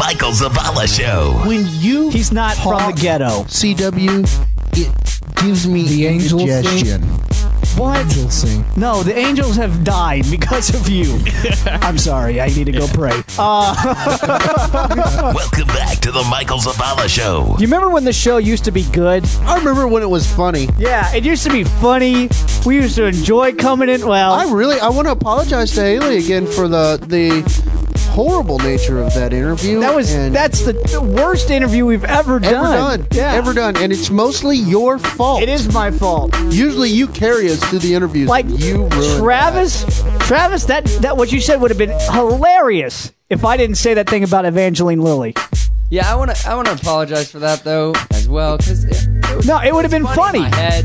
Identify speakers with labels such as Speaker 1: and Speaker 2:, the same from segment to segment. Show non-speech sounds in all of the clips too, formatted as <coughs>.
Speaker 1: Zavala Show.
Speaker 2: When you
Speaker 3: He's not from
Speaker 2: talk
Speaker 3: the ghetto.
Speaker 2: CW, it gives me
Speaker 4: The angels sing?
Speaker 2: indigestion.
Speaker 3: What?
Speaker 4: Angels sing.
Speaker 3: No, the angels have died because of <laughs> you. I'm sorry. I need to go pray. Uh,
Speaker 1: Welcome back to the Michael Zavala Show.
Speaker 3: you remember when the show used to be good?
Speaker 2: I remember when it was funny.
Speaker 3: Yeah, it used to be funny. We used to enjoy coming in. Well,
Speaker 2: I really I want to apologize to Haley again for the the horrible nature of that interview.
Speaker 3: that was
Speaker 2: and
Speaker 3: that's the, the worst interview we've ever
Speaker 2: ever
Speaker 3: done.
Speaker 2: done,
Speaker 3: Yeah.
Speaker 2: ever done, and it's mostly your fault.
Speaker 3: It is my fault.
Speaker 2: Usually you carry us through the interviews.
Speaker 3: Like
Speaker 2: and you, ruined
Speaker 3: Travis, Travis, that that what you said would have been hilarious if I didn't say that thing about Evangeline Lilly.
Speaker 5: Yeah, I want to. I want to apologize for that though as well, because it, it was
Speaker 3: No, it would have been
Speaker 5: funny.
Speaker 3: funny.
Speaker 5: in my head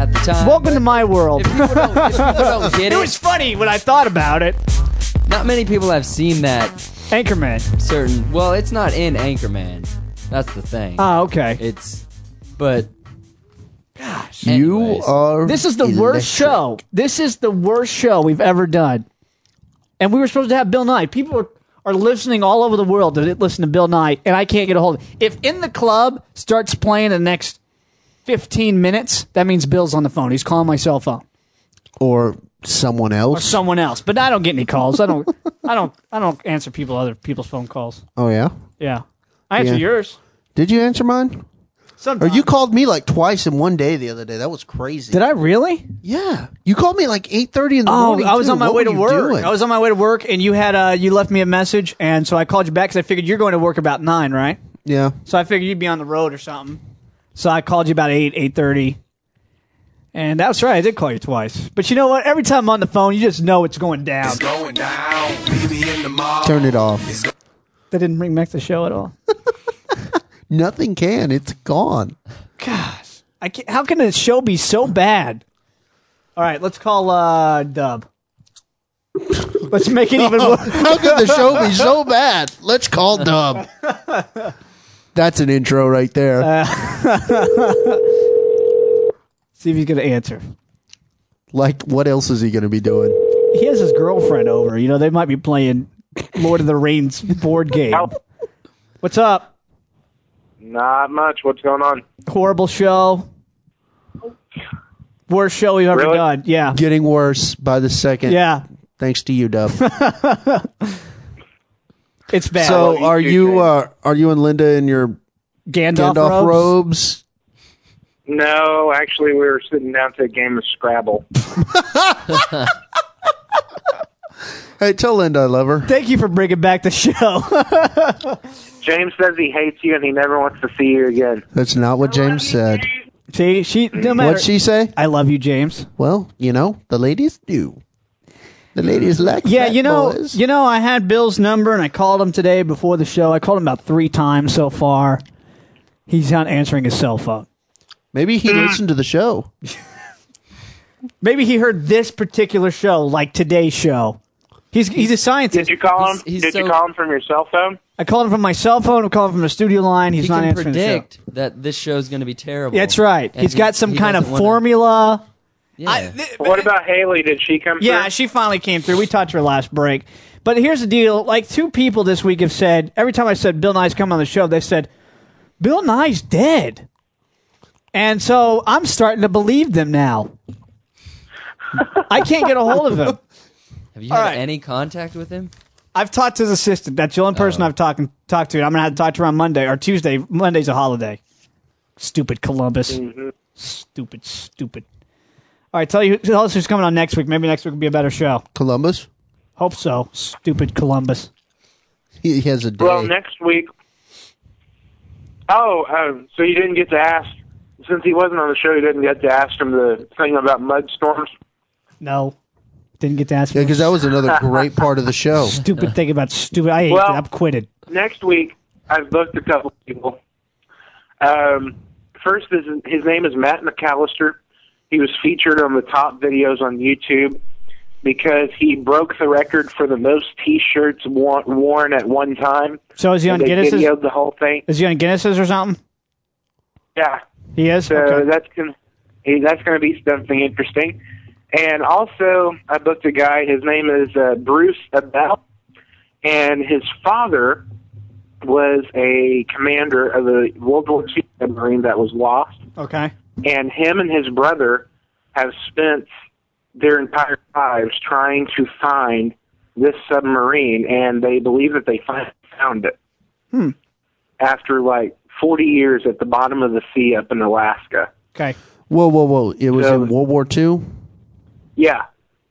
Speaker 5: at the time.
Speaker 3: Welcome to my world.
Speaker 5: If people don't, if people don't get
Speaker 3: It was
Speaker 5: it,
Speaker 3: funny when I thought about it.
Speaker 5: not many people have seen that
Speaker 3: Anchorman.
Speaker 5: certain. Well, it's not in Anchorman. That's the thing.
Speaker 3: Ah, okay.
Speaker 5: It's, but
Speaker 2: that. You
Speaker 5: Anyways.
Speaker 2: are.
Speaker 3: This is the worst show. This is the worst show we've ever done. And we were supposed to have Bill Nye. People are, are listening all over the world to listen to Bill Nye, and I can't get a hold of it. If In the Club starts playing in the next 15 minutes, that means Bill's on the phone. He's calling my cell phone.
Speaker 2: or someone
Speaker 3: Or
Speaker 2: else.
Speaker 3: someone else. But I don't get any calls. I don't I don't I don't answer people other people's phone calls.
Speaker 2: oh yeah.
Speaker 3: Yeah. I answer
Speaker 2: Yeah.
Speaker 3: yours.
Speaker 2: Did you answer mine? Or
Speaker 3: Sometimes.
Speaker 2: you called me like twice in one day the other day. That was crazy.
Speaker 3: Did I really?
Speaker 2: Yeah, you called me like eight thirty in the
Speaker 3: Oh,
Speaker 2: morning.
Speaker 3: I was
Speaker 2: too.
Speaker 3: on my
Speaker 2: What
Speaker 3: way
Speaker 2: were
Speaker 3: to
Speaker 2: you
Speaker 3: work.
Speaker 2: doing?
Speaker 3: I was on my way to work, and you had uh, you left me a message, and so I called you back because I figured you're going to work about nine, right?
Speaker 2: yeah.
Speaker 3: So I figured you'd be on the road or something. So I called you about eight, eight thirty, and that was right. I did call you twice, but you know what? Every time I'm on the phone, you just know it's going down.
Speaker 6: Going down, baby in the mall.
Speaker 2: Turn it off.
Speaker 3: That didn't bring back the show at all.
Speaker 2: Nothing can. It's gone.
Speaker 3: <laughs> Gosh, I can't, how can a show be so bad? All right, let's call uh, Dub. Let's make it even <laughs> worse.
Speaker 2: How could the show be
Speaker 3: <laughs>
Speaker 2: so bad? Let's call Dub. That's an intro right there.
Speaker 3: Uh, See if he's gonna answer.
Speaker 2: like, what else is he going to be doing?
Speaker 3: he has his girlfriend over. You know, they might be playing Lord of the Rings board game. What's up?
Speaker 7: Not much. What's going on?
Speaker 3: Horrible show. Worst show we've ever
Speaker 7: Really?
Speaker 3: done. Yeah.
Speaker 2: Getting worse by the second.
Speaker 3: Yeah.
Speaker 2: Thanks to you,
Speaker 3: <laughs>
Speaker 2: Dub.
Speaker 3: It's bad.
Speaker 2: so,
Speaker 7: you
Speaker 2: are
Speaker 7: two
Speaker 2: you
Speaker 7: things.
Speaker 2: uh, are you and Linda in your
Speaker 3: Gandalf,
Speaker 2: Gandalf
Speaker 3: robes.
Speaker 2: robes?
Speaker 7: No, actually, we were sitting down to a game of Scrabble.
Speaker 2: Hey, tell Linda I love her.
Speaker 3: Thank you for bringing back the show. <laughs>
Speaker 7: James says he hates you and he never wants to see you again.
Speaker 2: That's not what James said.
Speaker 3: See, she no matter.
Speaker 2: What'd she say?
Speaker 3: I love you, James.
Speaker 2: Well, you know, the ladies do. The ladies like
Speaker 3: Yeah,
Speaker 2: fat
Speaker 3: you know,
Speaker 2: boys.
Speaker 3: you know, I had Bill's number and I called him today before the show. I called him about three times so far. He's not answering his cell phone.
Speaker 2: Maybe he listened to the show.
Speaker 3: Maybe he heard this particular show, like today's show. He's he's a
Speaker 7: Did
Speaker 3: scientist.
Speaker 7: you call him?
Speaker 5: He's- he's
Speaker 7: Did you
Speaker 5: so-
Speaker 7: call him from your cell phone?
Speaker 3: I called him from my cell phone. I called him from the studio line. He's
Speaker 5: he
Speaker 3: not
Speaker 5: can
Speaker 3: answering the show.
Speaker 5: predict that this show's going to be terrible.
Speaker 3: That's right.
Speaker 5: And
Speaker 3: he's
Speaker 5: he-
Speaker 3: got some
Speaker 5: he
Speaker 3: kind of
Speaker 5: doesn't wanna-
Speaker 3: formula.
Speaker 5: Yeah.
Speaker 7: What about Haley? Did she come?
Speaker 3: Yeah,
Speaker 7: through?
Speaker 3: she finally came through. We talked to her last break. But here's the deal: like two people this week have said every time I said Bill Nye's coming on the show, they said Bill Nye's dead. And so I'm starting to believe them now. I can't get a hold of him.
Speaker 5: have you had
Speaker 3: right.
Speaker 5: any contact with him?
Speaker 3: I've talked to his assistant. That's the only person I've talked talked to. And I'm gonna have to talk to her on Monday or Tuesday. Monday's a holiday. Stupid Columbus.
Speaker 7: Mm-hmm.
Speaker 3: Stupid, stupid. All right, tell you tell us who's coming on next week. Maybe next week will be a better show.
Speaker 2: Columbus?
Speaker 3: Hope so. Stupid Columbus.
Speaker 2: He has a day.
Speaker 7: Well, next week. Oh, um, so you didn't get to ask since he wasn't on the show. You didn't get to ask him the thing about mud storms.
Speaker 3: No, didn't get to ask.
Speaker 2: Yeah,
Speaker 3: me.
Speaker 2: because that was another great part of the show.
Speaker 3: stupid thing about stupid. I hate
Speaker 7: Well-
Speaker 3: it. I'm quitted.
Speaker 7: next week I've booked a couple people. Um, first is his name is Matt McAllister. He was featured on the top videos on YouTube because he broke the record for the most T-shirts wa- worn at one time.
Speaker 3: So is he on
Speaker 7: they
Speaker 3: Guinness's?
Speaker 7: videoed the whole thing.
Speaker 3: Is he on Guinness's or something?
Speaker 7: Yeah,
Speaker 3: He is.
Speaker 7: so
Speaker 3: Okay.
Speaker 7: that's gonna eh, that's gonna be something interesting. And also, I booked a guy. His name is uh, Bruce Abell, and his father was a commander of the World War II submarine that was lost,
Speaker 3: Okay.
Speaker 7: and him and his brother have spent their entire lives trying to find this submarine, and they believe that they finally found it after like 40 years at the bottom of the sea up in Alaska.
Speaker 3: Okay.
Speaker 2: Whoa, whoa, whoa! It was
Speaker 7: Yeah.
Speaker 2: in World War II,
Speaker 7: Yeah,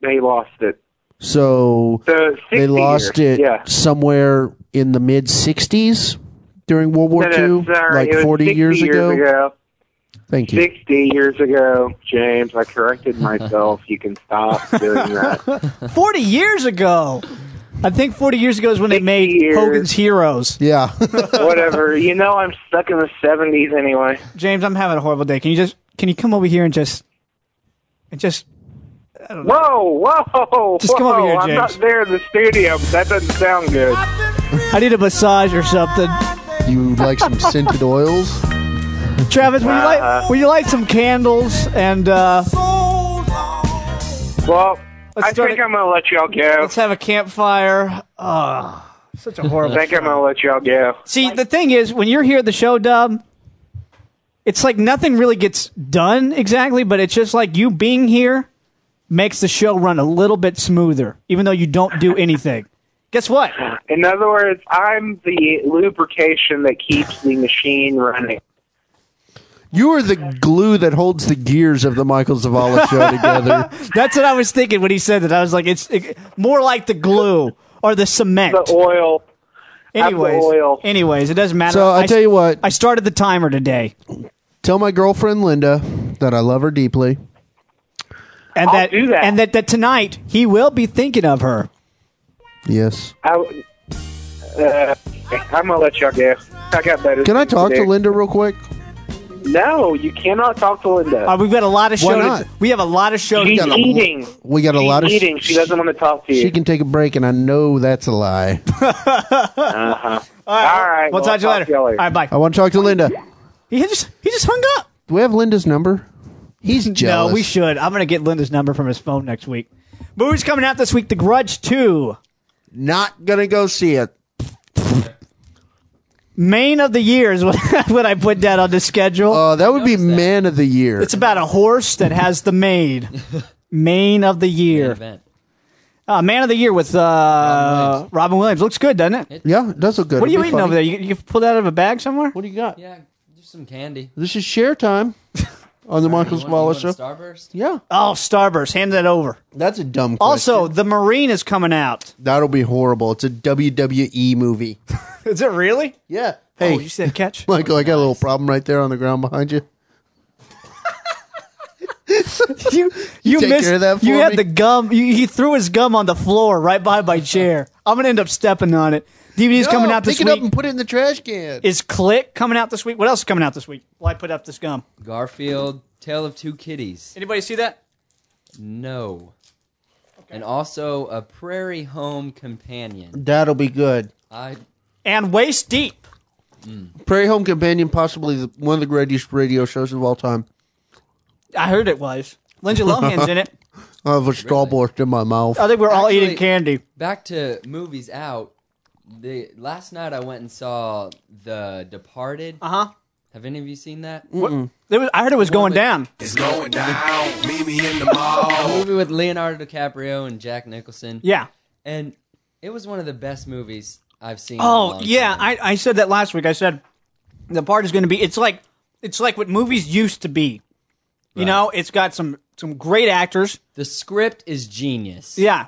Speaker 7: they lost it.
Speaker 2: so
Speaker 7: So
Speaker 2: they
Speaker 7: 60
Speaker 2: lost
Speaker 7: years,
Speaker 2: it
Speaker 7: Yeah.
Speaker 2: somewhere in the mid '60s during World War
Speaker 7: No, no,
Speaker 2: II,
Speaker 7: sorry,
Speaker 2: like
Speaker 7: uh, it was
Speaker 2: 40
Speaker 7: 60
Speaker 2: years, ago. Thank you.
Speaker 7: 60 years ago, James, I
Speaker 2: <laughs>
Speaker 7: corrected myself. you can stop doing that.
Speaker 3: 40 years ago. I think 40 years ago is when they
Speaker 7: 60
Speaker 3: made
Speaker 7: years.
Speaker 3: Hogan's Heroes.
Speaker 2: Yeah, <laughs>
Speaker 7: Whatever. You know, I'm stuck in the 70s anyway.
Speaker 3: James, I'm having a horrible day. Can you just can you come over here and just and just
Speaker 7: Whoa, whoa.
Speaker 3: Just come
Speaker 7: whoa.
Speaker 3: over here,
Speaker 7: I'm not
Speaker 3: James.
Speaker 7: there in the studio, but that doesn't sound good.
Speaker 3: I need a massage or something.
Speaker 2: you like some scented oils?
Speaker 3: Travis, will you light will you light some candles and uh,
Speaker 7: Well,
Speaker 3: Let's
Speaker 7: I
Speaker 3: start
Speaker 7: think
Speaker 3: it-
Speaker 7: i I'm going to let y'all go.
Speaker 3: let's have a campfire? Ugh such a horrible
Speaker 7: I think I'm going to let y'all go.
Speaker 3: See, the thing is, when you're here at the show, Dub, it's like nothing really gets done exactly, but it's just like you being here makes the show run a little bit smoother, even though you don't do anything. Guess what?
Speaker 7: In other words, I'm the lubrication that keeps the machine running.
Speaker 2: You are the glue that holds the gears of the Michael Zavala show
Speaker 3: <laughs>
Speaker 2: together.
Speaker 3: That's what I was thinking when he said that. I was like, it's it, more like the glue or the cement.
Speaker 7: The oil. I'm the
Speaker 3: anyways,
Speaker 7: oil.
Speaker 3: anyways, it doesn't matter.
Speaker 2: So I'll tell you what.
Speaker 3: I started the timer today,
Speaker 2: Tell my girlfriend Linda that I love her deeply.
Speaker 3: and
Speaker 7: I'll
Speaker 3: that,
Speaker 7: do that.
Speaker 3: and that that tonight he will be thinking of her.
Speaker 2: Yes.
Speaker 7: I, w- uh, I'm gonna let y'all go. I got better.
Speaker 2: Can I
Speaker 7: things
Speaker 2: talk to
Speaker 7: do.
Speaker 2: Linda real quick?
Speaker 7: No, you cannot talk to Linda.
Speaker 3: Uh, we've got a lot of
Speaker 2: Why
Speaker 3: show.
Speaker 2: not?
Speaker 3: To, we have a lot of show.
Speaker 7: She's
Speaker 3: to do.
Speaker 7: eating.
Speaker 2: We got a
Speaker 7: She's
Speaker 2: lot of-
Speaker 7: eating. She doesn't want to talk to you.
Speaker 2: She can take a break, and I know that's a lie.
Speaker 7: All right.
Speaker 3: We'll talk to you
Speaker 7: I'll
Speaker 3: later.
Speaker 7: y'all
Speaker 3: All right, bye.
Speaker 2: I want to talk to Linda.
Speaker 3: He just he just hung up.
Speaker 2: Do we have Linda's number? He's jealous.
Speaker 3: No, we should. I'm gonna get Linda's number from his phone next week. Movie's coming out this week, The Grudge Two.
Speaker 2: Not gonna go see it.
Speaker 3: Main of the year is what, <laughs> what I put down on the schedule.
Speaker 2: Oh, that would be man of the year.
Speaker 3: it's about a horse that has the maid. Main of the year.
Speaker 5: Event.
Speaker 3: Uh, Man of the year with uh, Robin, Williams.
Speaker 5: Williams.
Speaker 3: Looks good, doesn't it?
Speaker 2: yeah, it does look good.
Speaker 3: what are you
Speaker 2: It'll be
Speaker 3: eating
Speaker 2: funny.
Speaker 3: over there? You, you pulled out of a bag somewhere?
Speaker 2: What do you got?
Speaker 5: Yeah, just some candy.
Speaker 2: This is share
Speaker 3: <laughs>
Speaker 2: time on the Michael
Speaker 5: You want-
Speaker 2: Swallow
Speaker 5: you want
Speaker 2: show.
Speaker 5: a Starburst?
Speaker 2: Yeah,
Speaker 3: Oh, Starburst. Hand that over.
Speaker 2: that's a dumb. Question.
Speaker 3: Also, The Marine is coming out.
Speaker 2: that'll be horrible. It's a WWE
Speaker 3: <laughs>
Speaker 2: movie.
Speaker 3: Is it really?
Speaker 2: Yeah. Hey,
Speaker 3: Oh, you
Speaker 2: <laughs>
Speaker 3: said catch?
Speaker 2: Michael, I got a little problem right there on the ground behind you.
Speaker 3: you you
Speaker 2: take
Speaker 3: missed
Speaker 2: care of that
Speaker 3: you
Speaker 2: for
Speaker 3: had
Speaker 2: me?
Speaker 3: the gum you, he threw his gum on the floor right by my chair i'm gonna end up stepping on it dvd's coming
Speaker 2: No,
Speaker 3: out this
Speaker 2: pick
Speaker 3: week
Speaker 2: it up and put it in the trash can.
Speaker 3: is click coming out this week what else is coming out this week well i put up this gum
Speaker 5: Garfield, Tale of Two Kitties.
Speaker 3: anybody see that
Speaker 5: No. And also a Prairie Home Companion.
Speaker 2: That'll be good.
Speaker 5: I
Speaker 3: and waist deep
Speaker 2: Prairie Home Companion, possibly the, one of the greatest radio shows of all time.
Speaker 3: i heard it was
Speaker 5: <laughs>
Speaker 3: lindsay lohan's in it
Speaker 2: I have a starburst in my mouth.
Speaker 3: i think we're all eating
Speaker 5: Actually-
Speaker 3: candy
Speaker 5: back to movies out. The last night I went and saw The Departed.
Speaker 3: uh-huh
Speaker 5: Have any of you seen that?
Speaker 3: It was, i heard it was going down
Speaker 6: It's going down. Meet me in the mall.
Speaker 5: Movie with Leonardo DiCaprio and Jack Nicholson.
Speaker 3: yeah
Speaker 5: And it was one of the best movies I've seen. in a
Speaker 3: oh
Speaker 5: long
Speaker 3: yeah
Speaker 5: time.
Speaker 3: I, I said that last week i said the part is gonna be it's like it's like what movies used to be you know it's got some some great actors
Speaker 5: the script is genius.
Speaker 3: Yeah.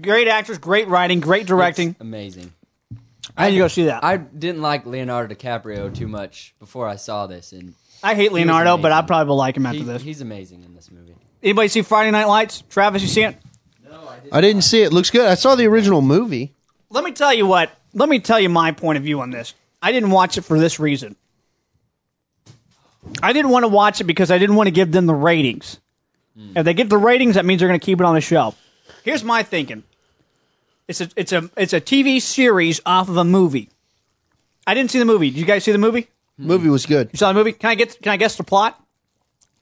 Speaker 3: Great actors, great writing, great directing.
Speaker 5: It's amazing.
Speaker 3: I need to go see that. I,
Speaker 5: I didn't like Leonardo DiCaprio too much before I saw this, and
Speaker 3: hate Leonardo,
Speaker 5: amazing.
Speaker 3: but I probably will like him after
Speaker 5: he-
Speaker 3: this.
Speaker 5: he's amazing in this movie.
Speaker 3: Anybody see Friday Night Lights? Travis, you see it?
Speaker 2: I didn't see it. Looks good. I saw the original movie.
Speaker 3: Let me tell you what. Let me tell you my point of view on this. I didn't watch it for this reason. I didn't want to watch it because I didn't want to give them the ratings. If they give the ratings, that means they're going to keep it on the shelf. Here's my thinking. It's a it's a it's a TV series off of a movie. I didn't see the movie. Did you guys see the movie?
Speaker 2: Movie was good.
Speaker 3: You saw the movie? Can I get? Can I guess the plot?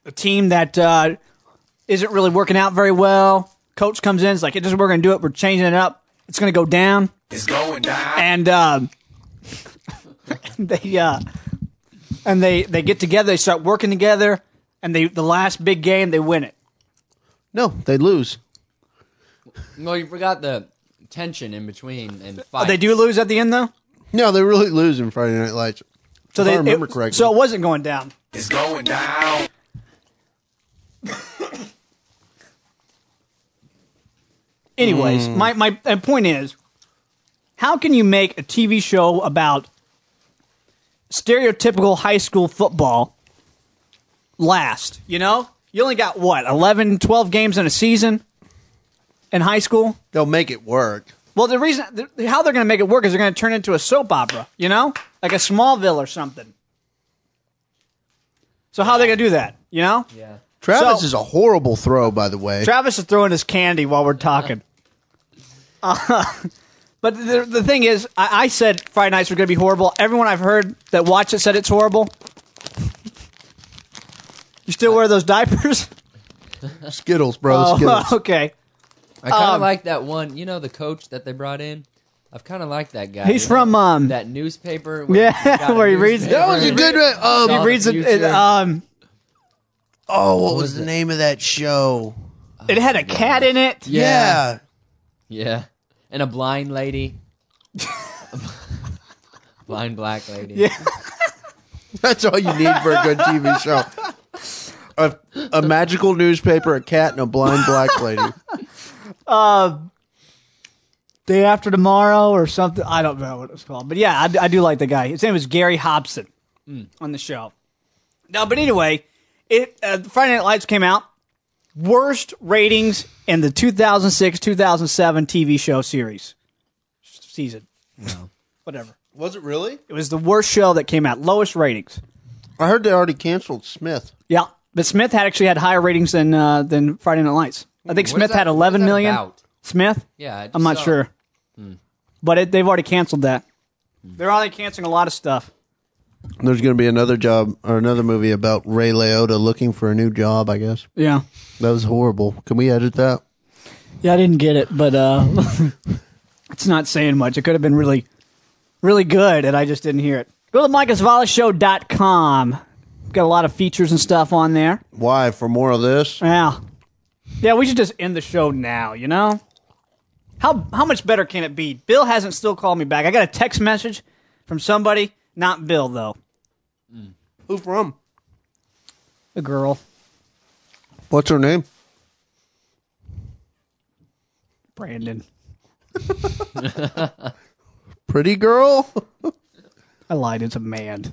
Speaker 3: A team that uh, isn't really working out very well. Coach comes in. It's like, "This is we're going to do it. We're changing it up. It's going to go down."
Speaker 6: It's going down.
Speaker 3: And um, <laughs> they uh, and they they get together. They start working together, and they the last big game they win it.
Speaker 2: No, they lose.
Speaker 5: Well, you forgot the tension in between and
Speaker 3: Oh,
Speaker 5: fight.
Speaker 3: they do lose at the end though.
Speaker 2: No, they really lose in Friday Night Lights.
Speaker 3: So
Speaker 2: If
Speaker 3: they
Speaker 2: I remember
Speaker 3: it,
Speaker 2: correctly.
Speaker 3: So it wasn't going down.
Speaker 6: It's going down.
Speaker 3: <coughs> Anyways,
Speaker 2: Hmm.
Speaker 3: my, my my point is, how can you make a TV show about stereotypical high school football last? You know, you only got what 11, 12 games in a season in high school.
Speaker 2: They'll make it work.
Speaker 3: Well, the reason th- how they're going to make it work is they're going to turn it into a soap opera, you know, like a Smallville or something. So how are they going to do that? You know,
Speaker 5: Yeah.
Speaker 2: Travis
Speaker 3: So-
Speaker 2: is a horrible throw, by the way.
Speaker 3: Travis is throwing his candy while we're talking. Uh, but the, the thing is, I, I said Friday nights were going to be horrible. Everyone I've heard that watched it said it's horrible. You still wear those diapers?
Speaker 2: Skittles, bro.
Speaker 3: Oh.
Speaker 2: Skittles.
Speaker 3: <laughs> okay.
Speaker 5: I kind of
Speaker 3: Um,
Speaker 5: like that one. You know the coach that they brought in. I've kind of liked that guy.
Speaker 3: He's
Speaker 5: You know,
Speaker 3: from, um,
Speaker 5: that newspaper.
Speaker 3: Yeah,
Speaker 5: got
Speaker 3: <laughs>
Speaker 5: a
Speaker 3: where he reads-
Speaker 5: newspaper
Speaker 2: That was a
Speaker 5: and-
Speaker 2: good. Um,
Speaker 5: Saw
Speaker 3: He reads it. it
Speaker 5: future.
Speaker 3: um,
Speaker 2: oh, what was the name of that show?
Speaker 3: it had a cat in it.
Speaker 5: Yeah.
Speaker 2: Yeah,
Speaker 5: Yeah. And a blind lady. <laughs> blind black lady.
Speaker 3: Yeah.
Speaker 2: that's all you need for a good TV show. A, a magical newspaper, a cat, and a blind black lady.
Speaker 3: Day After Tomorrow or something. I don't know what it was called. But yeah, I, I do like the guy. His name was Gary Hobson
Speaker 5: Mm.
Speaker 3: on the show. No, but anyway, it uh, Friday Night Lights came out. Worst ratings in the 2006 2007 TV show series season. <laughs> Whatever.
Speaker 2: Was it really?
Speaker 3: It was the worst show that came out. Lowest ratings.
Speaker 2: I heard they already canceled Smith.
Speaker 3: Yeah. But Smith had actually had higher ratings than uh, than Friday Night Lights. I think
Speaker 5: What's
Speaker 3: Smith
Speaker 5: that-
Speaker 3: had
Speaker 5: what was
Speaker 3: 11
Speaker 5: that
Speaker 3: million.
Speaker 5: about?
Speaker 3: Smith?
Speaker 5: Yeah. I just
Speaker 3: I'm not
Speaker 5: saw- Hmm.
Speaker 3: sure. But it, they've already canceled that. They're already canceling a lot of stuff.
Speaker 2: There's going to be another job or another movie about Ray Liotta looking for a new job. I guess
Speaker 3: Yeah.
Speaker 2: that was horrible. Can we edit that?
Speaker 3: Yeah, I didn't get it, but uh, <laughs> it's not saying much. It could have been really, really good, and I just didn't hear it. Go to micahsvalashow.com. Got a lot of features and stuff on there.
Speaker 2: Why for more of this?
Speaker 3: Yeah. Yeah, we should just end the show now, you know? How how much better can it be? Bill hasn't still called me back. I got a text message from somebody, not Bill though.
Speaker 2: Who from?
Speaker 3: The girl.
Speaker 2: What's her name?
Speaker 3: Brandon.
Speaker 2: Pretty girl.
Speaker 3: I lied, it's a man.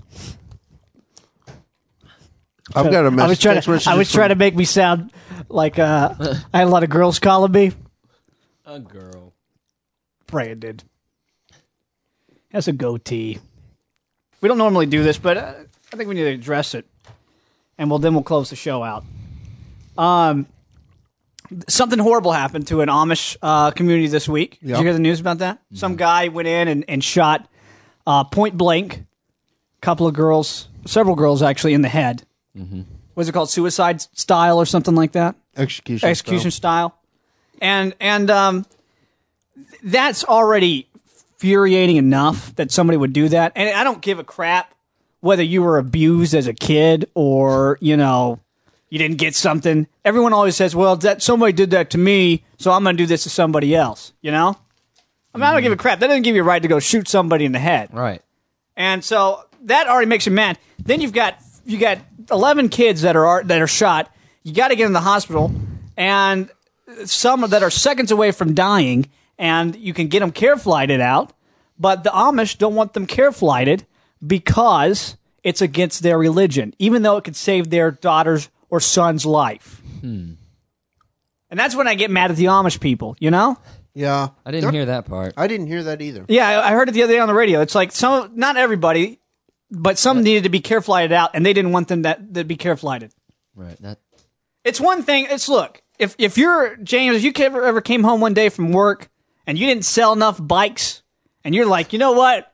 Speaker 2: I've got a message.
Speaker 3: I was trying
Speaker 2: text
Speaker 3: to
Speaker 2: message
Speaker 3: I was
Speaker 2: from-
Speaker 3: trying to make me sound like uh, I had a lot of girls calling me.
Speaker 5: A girl.
Speaker 3: Brandon has a goatee. We don't normally do this, but uh, I think we need to address it, and we'll then we'll close the show out. Um, something horrible happened to an Amish uh, community this week. Did
Speaker 2: Yeah.
Speaker 3: you hear the news about that? Some guy went in and, and shot uh, point blank a couple of girls, several girls actually, in the head. Mm-hmm. Was it called suicide style or something like that?
Speaker 2: execution.
Speaker 3: execution
Speaker 2: style.
Speaker 3: style, and and um, th- that's already infuriating enough that somebody would do that. And I don't give a crap whether you were abused as a kid or you know you didn't get something. Everyone always says, "Well, that somebody did that to me, so I'm going to do this to somebody else." You know, I mean, I don't give a crap. That doesn't give you a right to go shoot somebody in the head.
Speaker 5: Right.
Speaker 3: And so that already makes you mad. Then you've got you got eleven kids that are that are shot. You got to get in the hospital, and some that are seconds away from dying. And you can get them care flighted out, but the Amish don't want them care flighted because it's against their religion, even though it could save their daughter's or son's life. And that's when I get mad at the Amish people, you know.
Speaker 2: Yeah,
Speaker 5: I didn't hear that part.
Speaker 2: I didn't hear that either.
Speaker 3: Yeah, I I heard it the other day on the radio. It's like some, not everybody, but some needed to be care flighted out, and they didn't want them that to be care flighted.
Speaker 5: Right. That.
Speaker 3: It's one thing. It's look, if if you're James, if you ever ever came home one day from work and you didn't sell enough bikes, and you're like, you know what,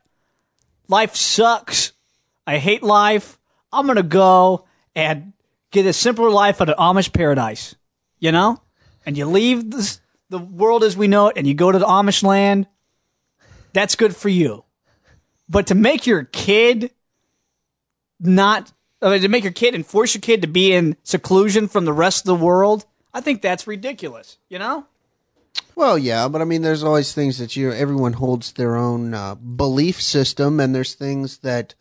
Speaker 3: life sucks. I hate life. I'm gonna go and get a simpler life at an Amish paradise. You know, and you leave this, the world as we know it, and you go to the Amish land. That's good for you. But to make your kid not I mean, to make your kid and force your kid to be in seclusion from the rest of the world, I think that's ridiculous. You know?
Speaker 2: Well, yeah, but I mean, there's always things that you everyone holds their own uh, belief system, and there's things that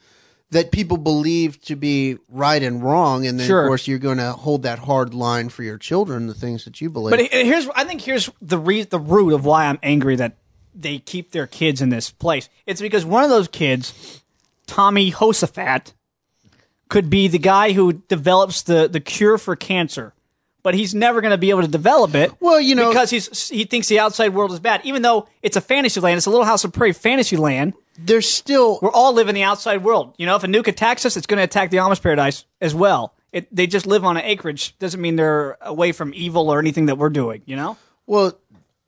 Speaker 2: that people believe to be right and wrong, and then
Speaker 3: Sure.
Speaker 2: of course you're going to hold that hard line for your children, the things that you believe.
Speaker 3: But he- here's I think here's the re- the root of why I'm angry that they keep their kids in this place. It's because one of those kids, Tommy Hosafat, could be the guy who develops the the cure for cancer, but he's never going to be able to develop it.
Speaker 2: Well, you know-
Speaker 3: because he's he thinks the outside world is bad, even though it's a fantasy land. It's a little house of prairie fantasy land.
Speaker 2: there's still
Speaker 3: We're all living in the outside world. You know, if a nuke attacks us, it's going to attack the Amish paradise as well. It, they just live on an acreage. Doesn't mean they're away from evil or anything that we're doing. You know.
Speaker 2: Well,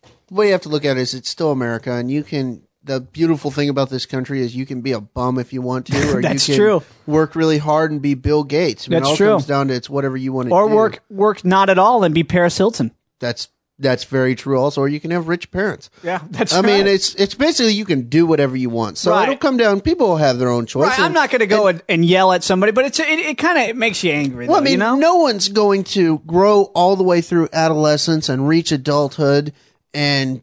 Speaker 2: the way you have to look at it is it's still America, and you can. The beautiful thing about this country is you can be a bum if you want
Speaker 3: <laughs>
Speaker 2: to, or
Speaker 3: That's
Speaker 2: you can
Speaker 3: true.
Speaker 2: work really hard and be Bill Gates. I mean,
Speaker 3: That's
Speaker 2: it all
Speaker 3: true.
Speaker 2: comes down to it's whatever you want to
Speaker 3: or
Speaker 2: do.
Speaker 3: work work not at all and be Paris Hilton.
Speaker 2: That's that's very true. Also, or you can have rich parents.
Speaker 3: Yeah, <laughs> that's.
Speaker 2: I mean, it's it's basically you can do whatever you want. So
Speaker 3: Right.
Speaker 2: it'll come down. People will have their own choice.
Speaker 3: Right, I'm
Speaker 2: and-
Speaker 3: not going to go and, and yell at somebody, but it's it, it kind of it makes you angry.
Speaker 2: Well, I
Speaker 3: though,
Speaker 2: mean,
Speaker 3: you know?
Speaker 2: no one's going to grow all the way through adolescence and reach adulthood and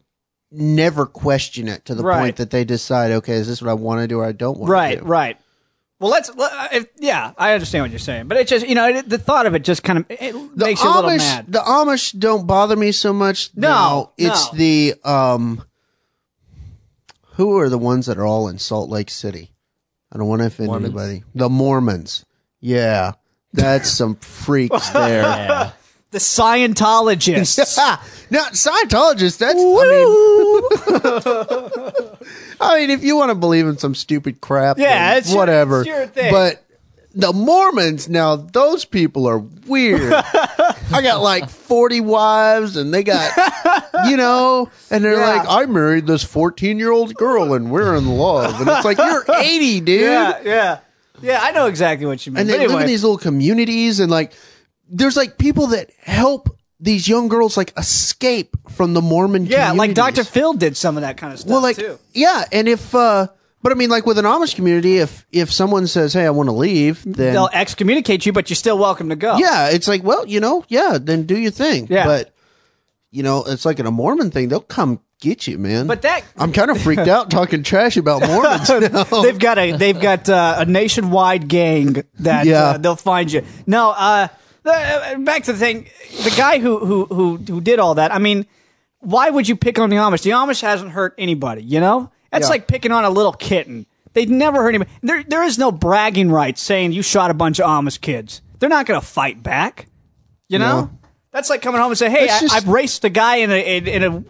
Speaker 2: never question it to the
Speaker 3: Right.
Speaker 2: point that they decide, okay, is this what I want to do or I don't want
Speaker 3: right,
Speaker 2: to do?
Speaker 3: right. Well, let's. let- uh, If, yeah, I understand what you're saying, but it just you know it, the thought of it just kind of it
Speaker 2: The
Speaker 3: makes you a little
Speaker 2: Amish,
Speaker 3: mad.
Speaker 2: the Amish don't bother me so much.
Speaker 3: No,
Speaker 2: now. it's
Speaker 3: no.
Speaker 2: the um, who are the ones that are all in Salt Lake City? I don't want to offend
Speaker 5: Mormons.
Speaker 2: anybody. The Mormons, yeah, that's some
Speaker 3: <laughs>
Speaker 2: freaks there.
Speaker 5: Yeah.
Speaker 2: <laughs>
Speaker 3: The Scientologists.
Speaker 2: now Scientologists, that's I mean, <laughs> I mean, if you want to believe in some stupid crap,
Speaker 3: Yeah,
Speaker 2: then
Speaker 3: it's your-
Speaker 2: whatever.
Speaker 3: it's your thing.
Speaker 2: But the Mormons, now those people are
Speaker 3: <laughs>
Speaker 2: weird. I got like forty wives, and they got you know, and they're
Speaker 3: Yeah.
Speaker 2: like, I married this fourteen-year-old girl, and we're in love, and it's like you're eighty, dude
Speaker 3: yeah, yeah, yeah. I know exactly what you mean.
Speaker 2: and they
Speaker 3: but anyway,
Speaker 2: live in these little communities and like there's like people that help these young girls like escape from the mormon
Speaker 3: yeah, like Dr.
Speaker 2: communities.
Speaker 3: Phil did some of that kind of stuff
Speaker 2: well like
Speaker 3: too.
Speaker 2: yeah and if uh but i mean like with an amish community if if someone says hey i want to leave then
Speaker 3: They'll excommunicate you, but you're still welcome to go.
Speaker 2: yeah it's like well you know yeah then do your thing
Speaker 3: Yeah.
Speaker 2: but you know it's like in a mormon thing they'll come get you man
Speaker 3: But that-
Speaker 2: i'm kind of freaked out talking trash
Speaker 3: <laughs>
Speaker 2: about mormons <laughs> now.
Speaker 3: They've got a they've got uh, a nationwide gang that
Speaker 2: Yeah.
Speaker 3: uh, they'll find you. No, uh, uh, back to the thing. The guy who who who who did all that. I mean, why would you pick on the Amish? The Amish hasn't hurt anybody. You know, that's
Speaker 2: Yeah.
Speaker 3: like picking on a little kitten. They never hurt anybody. There there is no bragging rights saying you shot a bunch of Amish kids. They're not going to fight back. You know,
Speaker 2: No.
Speaker 3: that's like coming home and say, hey, I,
Speaker 2: That's just-
Speaker 3: I've raced a guy in a in, in a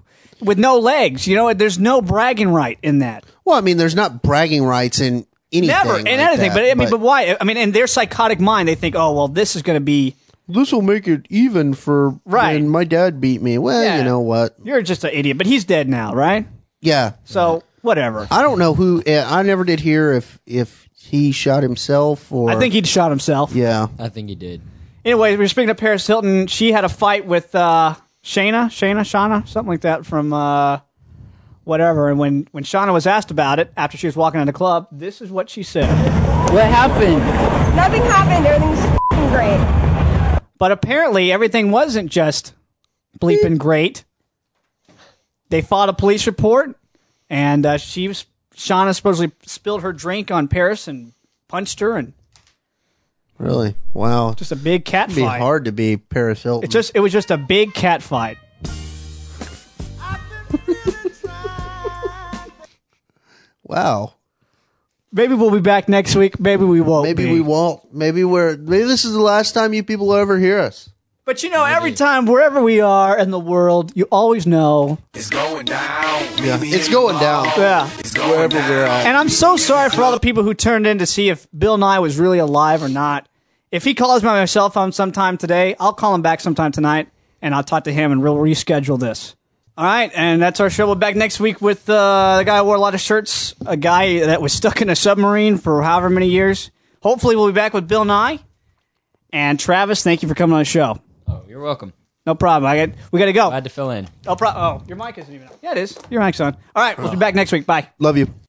Speaker 3: with no legs. You know, there's no bragging right in that.
Speaker 2: well i mean there's not bragging rights in anything
Speaker 3: Never
Speaker 2: like
Speaker 3: and anything,
Speaker 2: that,
Speaker 3: but I mean, but, why? I mean, in their psychotic mind, they think, oh well, this is going to be
Speaker 2: this will make it even for
Speaker 3: Right.
Speaker 2: when my dad beat me. Well,
Speaker 3: Yeah.
Speaker 2: you know what?
Speaker 3: you're just an idiot. But he's dead now, right?
Speaker 2: Yeah,
Speaker 3: So whatever.
Speaker 2: I don't know who. eh, I never did hear if if he shot himself or.
Speaker 3: I think he'd shot himself.
Speaker 2: Yeah,
Speaker 5: I think he did.
Speaker 3: Anyway, we were speaking of Paris Hilton. She had a fight with uh, Shayna, Shayna, Shauna, something like that from uh, whatever. And when when Shauna was asked about it after she was walking in the club, this is what she said.
Speaker 4: What happened?
Speaker 8: Nothing happened. Everything's f***ing great.
Speaker 3: But apparently, everything wasn't just bleeping great. They filed a police report, and uh, she was Shauna supposedly spilled her drink on Paris and punched her, and
Speaker 2: really. Wow,
Speaker 3: just a big cat
Speaker 2: it'd be
Speaker 3: fight.
Speaker 2: hard to be Paris Hilton.
Speaker 3: It's just it was just a big cat fight.
Speaker 2: wow.
Speaker 3: Maybe we'll be back next week. Maybe we won't.
Speaker 2: Maybe
Speaker 3: be.
Speaker 2: we won't. Maybe we're. Maybe this is the last time you people will ever hear us.
Speaker 3: But you know, every time wherever we are in the world, you always know.
Speaker 6: It's going down.
Speaker 2: Yeah,
Speaker 6: Meet me
Speaker 2: it's
Speaker 6: in the
Speaker 2: going
Speaker 6: mall.
Speaker 2: down.
Speaker 3: Yeah.
Speaker 6: It's going down.
Speaker 3: And I'm so sorry for all the people who tuned in to see if Bill Nye was really alive or not. If he calls me on my cell phone sometime today, I'll call him back sometime tonight and I'll talk to him and we'll reschedule this. All right, and that's our show. We'll be back next week with uh, the guy who wore a lot of shirts, a guy that was stuck in a submarine for however many years. Hopefully, we'll be back with Bill Nye and Travis. Thank you for coming on the show.
Speaker 5: Oh, you're welcome.
Speaker 3: No problem. I got we got to go.
Speaker 5: I had to fill in.
Speaker 3: Oh, pro- oh, your mic isn't even on. Yeah, it is. Your mic's on. All right, we'll be back next week. Bye.
Speaker 2: Love you.